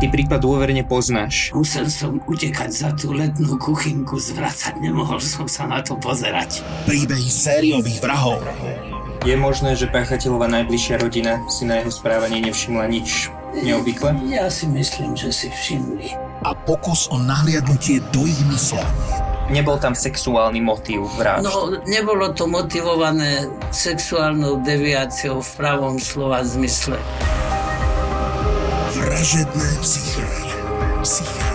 Ty prípad dôverne poznáš. Musel som utekať za tú letnú kuchynku, zvracať nemohol som sa na to pozerať. Príbehy sériových vrahov. Je možné, že páchateľova najbližšia rodina si na jeho správanie nevšimla nič neobvykle? Ja si myslím, že si všimli. A pokus o nahliadnutie do ich mysle. Nebol tam sexuálny motív vražd. No, nebolo to motivované sexuálnou deviáciou v pravom slova zmysle. Vražedné psyché. Psyché.